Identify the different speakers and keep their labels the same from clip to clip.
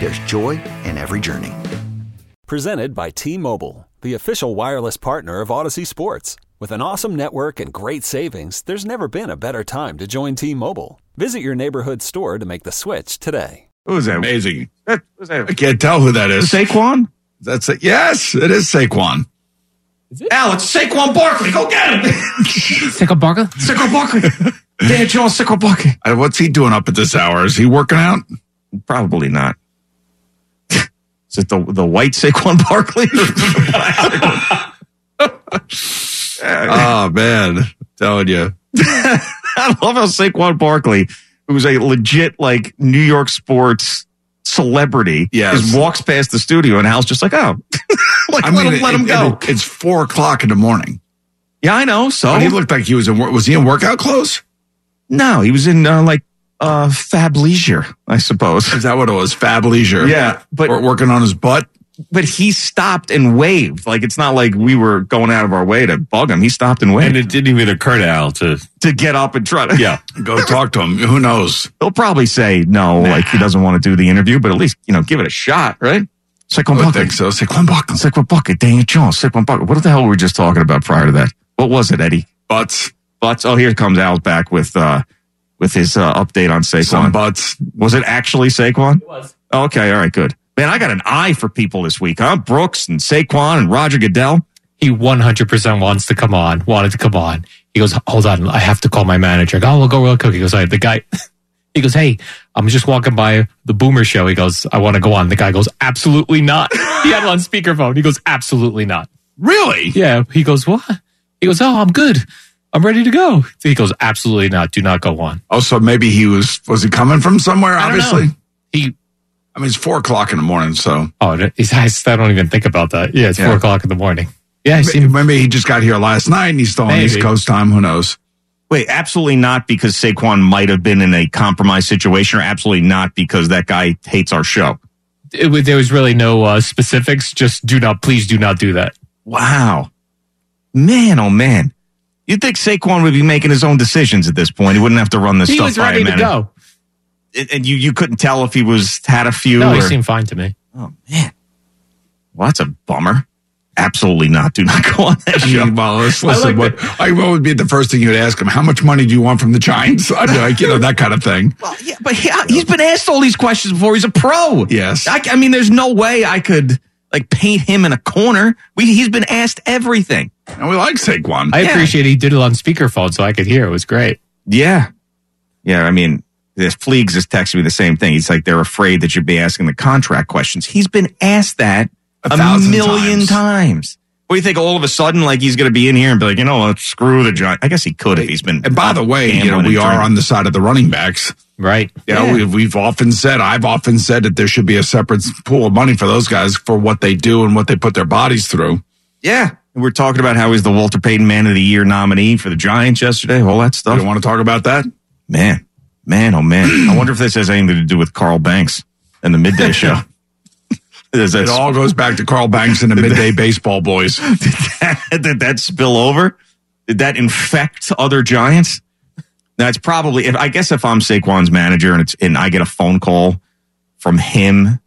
Speaker 1: there's joy in every journey.
Speaker 2: Presented by T Mobile, the official wireless partner of Odyssey Sports. With an awesome network and great savings, there's never been a better time to join T Mobile. Visit your neighborhood store to make the switch today.
Speaker 3: Who is that?
Speaker 4: Amazing.
Speaker 3: That, who's that?
Speaker 4: I can't tell who that is.
Speaker 3: Saquon?
Speaker 4: That's it. Yes, it is Saquon.
Speaker 3: Al, it's Saquon Barkley. Go get him.
Speaker 5: Sickle Barker?
Speaker 3: Saquon Barkley. Dan Jones, Saquon Barkley.
Speaker 4: Uh, What's he doing up at this hour? Is he working out?
Speaker 3: Probably not. Is it the the white Saquon Barkley?
Speaker 4: Oh man, telling you.
Speaker 3: I love how Saquon Barkley, who's a legit like New York sports celebrity,
Speaker 4: Yes.
Speaker 3: just walks past the studio and Hal's just like, oh, like
Speaker 4: I
Speaker 3: let
Speaker 4: mean,
Speaker 3: him let
Speaker 4: it-
Speaker 3: him
Speaker 4: it-
Speaker 3: go.
Speaker 4: it's four o'clock in the morning.
Speaker 3: yeah, I know. So
Speaker 4: But he looked like he was in. wor- Was he in workout clothes?
Speaker 3: no, he was in uh, like uh, Fab Leisure, I suppose.
Speaker 4: Is that what it was? Fab Leisure.
Speaker 3: Yeah, but
Speaker 4: Wor- working on his butt.
Speaker 3: but he stopped and waved. Like it's not like we were going out of our way to bug him. He stopped and waved
Speaker 6: And it didn't even occur to Al to
Speaker 3: to get up and try to.
Speaker 6: yeah.
Speaker 4: Go talk to him. Who knows?
Speaker 3: He'll probably say no, like he doesn't want to do the interview, but at least you know give it a shot, right? Saquon
Speaker 4: I would
Speaker 3: Barkley,
Speaker 4: think so. Saquon Barkley.
Speaker 3: Saquon Barkley, Daniel Jones, Saquon Barkley. What the hell were we just talking about prior to that? What was it, Eddie?
Speaker 4: Butts.
Speaker 3: Butts. Oh, here comes Al back with uh with his uh, update on
Speaker 4: Some
Speaker 3: Saquon.
Speaker 4: butts.
Speaker 3: was it actually Saquon? It was. Okay, all right, good. Man, I got an eye for people this week, huh? Brooks and Saquon and Roger Goodell.
Speaker 5: He 100% wants to come on, wanted to come on. He goes, hold on, I have to call my manager. I go, oh, we'll go real quick. He goes, all right, the guy, he goes, hey, I'm just walking by the Boomer show. He goes, I want to go on. The guy goes, absolutely not. he had it on speakerphone. He goes, absolutely not.
Speaker 4: Really?
Speaker 5: Yeah. He goes, what? He goes, oh, I'm good. I'm ready to go. He goes, absolutely not. Do not go on.
Speaker 4: Oh, so maybe he was. Was he coming from somewhere?
Speaker 5: I don't know.
Speaker 4: Obviously.
Speaker 5: He,
Speaker 4: I mean, it's four o'clock in the morning, so
Speaker 5: oh, he's, I don't even think about that. Yeah, it's
Speaker 4: Yeah.
Speaker 5: four o'clock in the morning. Yeah, I see.
Speaker 4: maybe he just got here last night and he's still on
Speaker 5: Maybe.
Speaker 4: East Coast time. Who knows?
Speaker 3: Wait, absolutely not because Saquon might have been in a compromised situation, or absolutely not because that guy hates our show.
Speaker 5: it, was- there was really no uh, specifics. Just do not, please do not do that.
Speaker 3: Wow. Man, oh man. You'd think Saquon would be making his own decisions at this point. He wouldn't have to run this
Speaker 5: He
Speaker 3: stuff
Speaker 5: was
Speaker 3: by a
Speaker 5: ready to
Speaker 3: man.
Speaker 5: go.
Speaker 3: And- And you, you couldn't tell if he was had a few
Speaker 5: No, he
Speaker 3: or
Speaker 5: seemed fine to me.
Speaker 3: Oh man. Well, that's a bummer. Absolutely not. Do not go on that
Speaker 4: I
Speaker 3: show.
Speaker 4: mean, well, let's listen.
Speaker 5: like
Speaker 4: what, I, what would be the first thing you'd ask him? How much money do you want from the Giants? I'd be like, you know, that kind of thing.
Speaker 3: Well, yeah, but he, he's been asked all these questions before. He's a pro.
Speaker 4: Yes.
Speaker 3: I, I mean, there's no way I could like paint him in a corner. We, he's been asked everything.
Speaker 4: And we like Saquon.
Speaker 5: I
Speaker 3: Yeah.
Speaker 5: appreciate he did it on speakerphone so I could hear. It was great.
Speaker 3: Yeah. Yeah. I mean, this Fleegs is texting me the same thing. He's like, they're afraid that you'd be asking the contract questions. He's been asked that
Speaker 4: A
Speaker 3: a,
Speaker 4: thousand
Speaker 3: million
Speaker 4: times.
Speaker 3: times. What do you think? All of a sudden, like he's going to be in here and be like, you know what? Screw the Giants. I guess he could if he's been.
Speaker 4: and by the way, you know,
Speaker 3: gambling
Speaker 4: we
Speaker 3: and
Speaker 4: are
Speaker 3: drinking.
Speaker 4: on the side of the running backs.
Speaker 5: Right.
Speaker 4: You know,
Speaker 3: Yeah.
Speaker 4: we've, we've often said, I've often said that there should be a separate pool of money for those guys for what they do and what they put their bodies through.
Speaker 3: Yeah. We're talking about how he's the Walter Payton Man of the Year nominee for the Giants yesterday, all that
Speaker 4: You
Speaker 3: stuff.
Speaker 4: don't want to talk about that?
Speaker 3: Man, man, oh man. I wonder if this has anything to do with Carl Banks and the midday show. Does that,
Speaker 4: It all goes back to Carl Banks and the midday baseball boys.
Speaker 3: did, that, did that spill over? Did that infect other Giants? That's probably. If I guess if I'm Saquon's manager and it's and I get a phone call from him,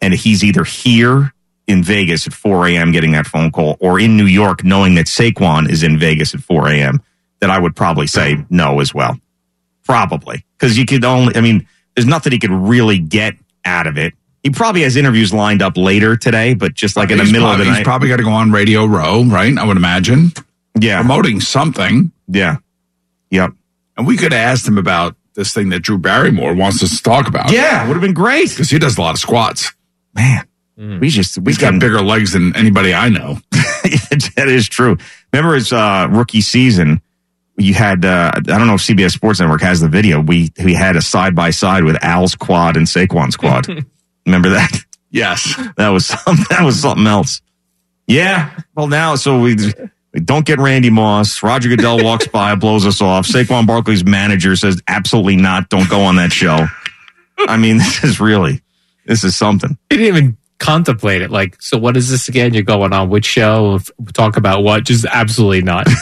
Speaker 3: and he's either here in Vegas at 4 a.m. getting that phone call, or in New York knowing that Saquon is in Vegas at 4 a.m., that I would probably say no as well. Probably because you could only. I mean, there's nothing he could really get out of it He probably has interviews lined up later today, but just like in the
Speaker 4: He's
Speaker 3: middle
Speaker 4: probably,
Speaker 3: of the
Speaker 4: He's
Speaker 3: night.
Speaker 4: probably got to go on Radio Row, right? I would imagine
Speaker 3: yeah.
Speaker 4: promoting something.
Speaker 3: Yeah. Yep.
Speaker 4: And we could have asked him about this thing that Drew Barrymore wants us to talk about.
Speaker 3: Yeah. Would have been great.
Speaker 4: Because he does a lot of squats.
Speaker 3: Man. We just we
Speaker 4: He's got
Speaker 3: can-
Speaker 4: bigger legs than anybody I know.
Speaker 3: that is true. Remember his uh, rookie season? You had uh, I don't know if CBS Sports Network has the video. We we had a side by side with Al's quad and Saquon's quad. Remember that?
Speaker 4: Yes.
Speaker 3: That was some, that was something else. Yeah. Well, now so we, we don't get Randy Moss. Roger Goodell walks by, blows us off. Saquon Barkley's manager says, "Absolutely not. Don't go on that show." I mean, this is really this is something.
Speaker 5: They didn't even contemplate it. Like, so what is this again? You're going on which show? F- Talk about what? Just absolutely not.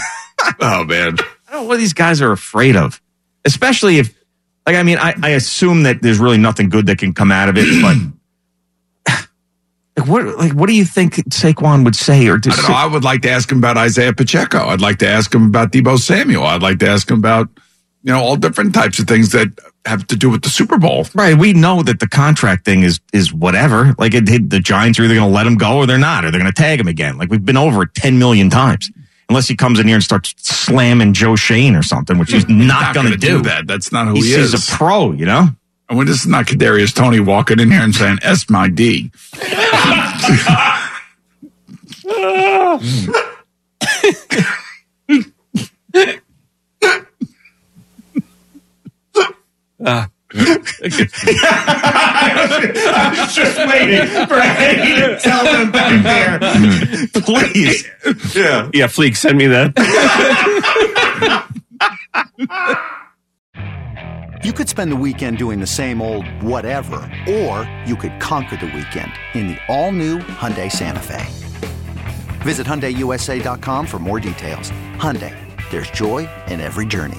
Speaker 4: Oh, man.
Speaker 3: I don't know what these guys are afraid of, especially if, like, I mean, I, I assume that there's really nothing good that can come out of it, but like, what, like, what do you think Saquon would say or do?
Speaker 4: I don't know. I would like to ask him about Isaiah Pacheco. I'd like to ask him about Debo Samuel. I'd like to ask him about, you know, all different types of things that have to do with the Super Bowl.
Speaker 3: Right, we know that the contract thing is is whatever. Like it, it- the Giants are either going to let him go or they're not, or they're going to tag him again. Like we've been over it ten million times. Unless he comes in here and starts slamming Joe Shane or something, which he's not, going to
Speaker 4: gonna
Speaker 3: do.
Speaker 4: that. That's not who he,
Speaker 3: He's,
Speaker 4: is.
Speaker 3: he's a pro, you know.
Speaker 4: and when this is not Kadarius Tony walking in here and saying "S my D,"
Speaker 3: just waiting for Eddie to tell them back there. Please. Yeah.
Speaker 6: Yeah, Fleek, send me that.
Speaker 1: You could spend the weekend doing the same old whatever, or you could conquer the weekend in the all-new Hyundai Santa Fe. Visit HyundaiUSA.com for more details. Hyundai, there's joy in every journey.